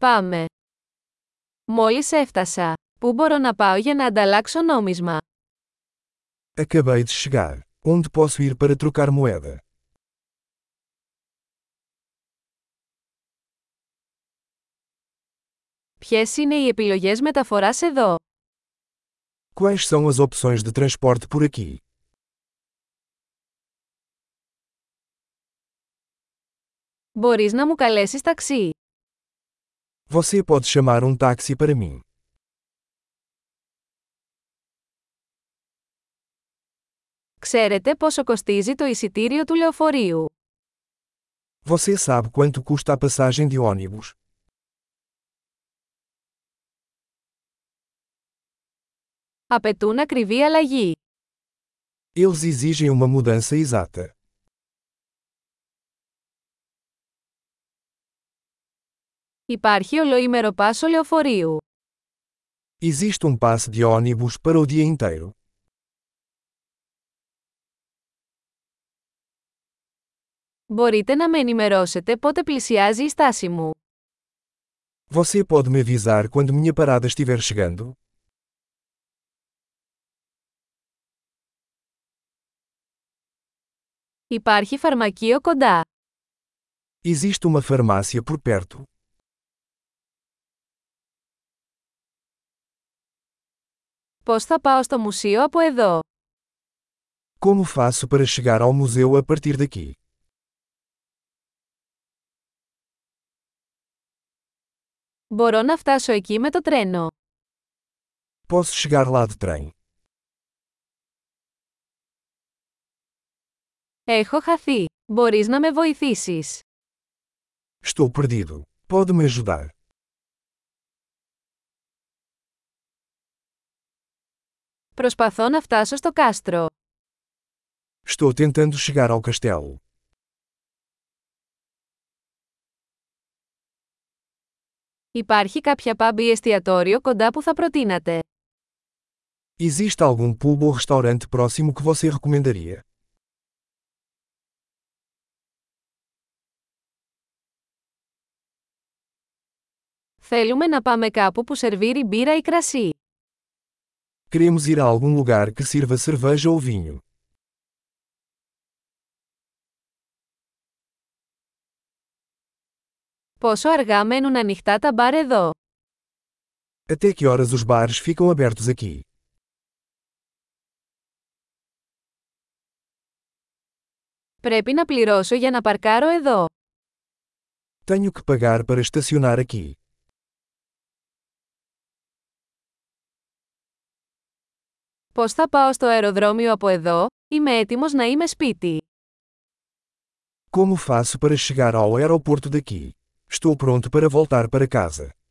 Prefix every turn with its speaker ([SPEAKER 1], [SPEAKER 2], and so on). [SPEAKER 1] Πάμε. Μόλις έφτασα. Πού μπορώ να πάω για να ανταλλάξω νόμισμα.
[SPEAKER 2] Acabei de chegar. Onde posso ir para trocar moeda?
[SPEAKER 1] Ποιες είναι οι επιλογές μεταφοράς εδώ.
[SPEAKER 2] Quais são as opções de transporte por aqui?
[SPEAKER 1] Μπορείς να μου καλέσεις ταξί.
[SPEAKER 2] Você pode chamar um táxi para mim.
[SPEAKER 1] Ξέρετε πόσο κοστίζει το εισιτήριο του λεωφορείου.
[SPEAKER 2] Você sabe quanto custa a passagem de ônibus?
[SPEAKER 1] Απαιτούν ακριβή αλλαγή.
[SPEAKER 2] Eles exigem uma mudança exata.
[SPEAKER 1] Υπάρχει ολοήμερο πάσο λεωφορείου.
[SPEAKER 2] Existe um passe de ônibus para o dia inteiro.
[SPEAKER 1] Μπορείτε να με ενημερώσετε πότε πλησιάζει η στάση μου.
[SPEAKER 2] Você pode me avisar quando minha parada estiver chegando?
[SPEAKER 1] Υπάρχει φαρμακείο κοντά.
[SPEAKER 2] Existe uma farmácia por perto.
[SPEAKER 1] Πώς θα πάω στο μουσείο από εδώ.
[SPEAKER 2] Como faço para chegar ao museu a partir daqui?
[SPEAKER 1] Μπορώ να φτάσω εκεί με το τρένο.
[SPEAKER 2] Posso chegar lá de trem.
[SPEAKER 1] Έχω χαθεί. Μπορείς να με βοηθήσεις.
[SPEAKER 2] Estou perdido. Pode me ajudar?
[SPEAKER 1] Προσπαθώ να φτάσω στο κάστρο.
[SPEAKER 2] Estou tentando chegar ao castelo.
[SPEAKER 1] Υπάρχει κάποια pub ή εστιατόριο κοντά που θα προτείνατε.
[SPEAKER 2] Existe algum pub ou restaurante próximo que você recomendaria?
[SPEAKER 1] Θέλουμε να πάμε κάπου που σερβίρει μπύρα ή κρασί.
[SPEAKER 2] Queremos ir a algum lugar que sirva cerveja ou vinho.
[SPEAKER 1] Πόσο αργά μένουν ανοιχτά τα μπαρ εδώ.
[SPEAKER 2] Até que horas os bares ficam abertos aqui?
[SPEAKER 1] Πρέπει να πληρώσω για να παρκάρω εδώ.
[SPEAKER 2] Tenho que pagar para estacionar aqui.
[SPEAKER 1] Πώς θα πάω στο αεροδρόμιο από εδώ, είμαι έτοιμος να είμαι σπίτι.
[SPEAKER 2] Como faço para chegar ao aeroporto daqui? Estou pronto para voltar para casa.